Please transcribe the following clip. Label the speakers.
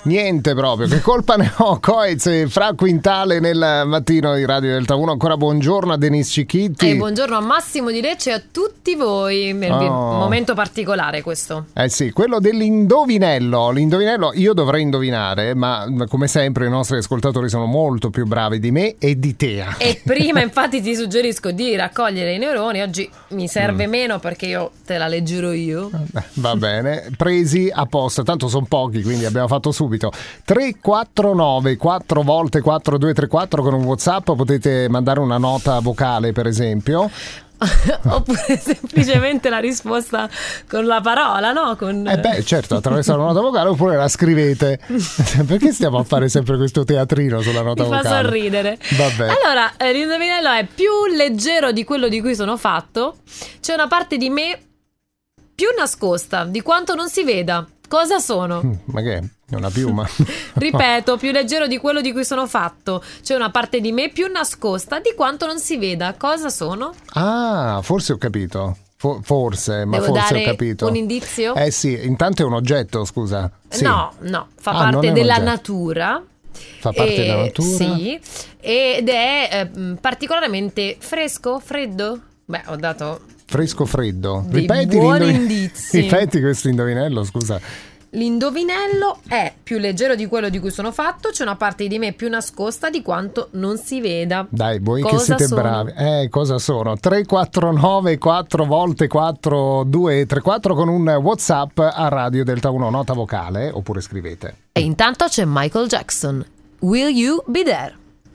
Speaker 1: Niente proprio, che colpa ne ho? Coez e Fra Quintale nel mattino di Radio Delta 1. Ancora buongiorno a Denis Cicchitti.
Speaker 2: E Eh, buongiorno a Massimo di Lecce e a tutti voi. Un
Speaker 1: Oh.
Speaker 2: Momento particolare questo.
Speaker 1: Eh sì, quello dell'indovinello. L'indovinello io dovrei indovinare, ma mh, come sempre i nostri ascoltatori sono molto più bravi di me e di te. anche.
Speaker 2: E prima infatti ti suggerisco di raccogliere i neuroni, oggi mi serve
Speaker 1: Mm.
Speaker 2: meno perché io te la leggerò io.
Speaker 1: Eh, Va bene, presi apposta, tanto sono pochi, quindi abbiamo fatto subito 349 4 volte 4234 con un WhatsApp, potete mandare una nota vocale, per esempio. Ah.
Speaker 2: Oppure semplicemente la risposta con la parola, no? Con...
Speaker 1: Eh beh, certo, attraverso la nota vocale oppure la scrivete. Perché stiamo a fare sempre questo teatrino sulla nota
Speaker 2: Mi fa
Speaker 1: vocale?
Speaker 2: sorridere.
Speaker 1: Vabbè.
Speaker 2: Allora, eh, l'indovinello è più leggero di quello di cui sono fatto. C'è una parte di me più nascosta di quanto non si veda. Cosa sono?
Speaker 1: Mm, Ma che è? Una piuma?
Speaker 2: Ripeto, più leggero di quello di cui sono fatto. C'è una parte di me più nascosta di quanto non si veda. Cosa sono?
Speaker 1: Ah, forse ho capito. Fo- forse, ma
Speaker 2: Devo
Speaker 1: forse ho
Speaker 2: dare
Speaker 1: capito.
Speaker 2: un indizio?
Speaker 1: Eh sì, intanto è un oggetto, scusa. Sì,
Speaker 2: No, no, fa
Speaker 1: Ah, non è
Speaker 2: parte
Speaker 1: un
Speaker 2: della
Speaker 1: oggetto.
Speaker 2: natura.
Speaker 1: Fa parte
Speaker 2: Eh,
Speaker 1: della natura.
Speaker 2: Sì, ed è eh, mh, particolarmente fresco, freddo. Beh, ho dato
Speaker 1: Fresco freddo.
Speaker 2: Dei
Speaker 1: Ripeti
Speaker 2: buoni
Speaker 1: l'indovin-
Speaker 2: indizi.
Speaker 1: Ripeti questo indovinello, scusa.
Speaker 2: L'indovinello è più leggero di quello di cui sono fatto, c'è una parte di me più nascosta di quanto non si veda.
Speaker 1: Dai, voi che
Speaker 2: Cosa
Speaker 1: siete
Speaker 2: sono?
Speaker 1: bravi. Eh, cosa sono? 349 4 volte 4 2 3 4 con un WhatsApp a Radio Delta 1 nota vocale oppure scrivete.
Speaker 2: E intanto c'è Michael Jackson. Will you be there?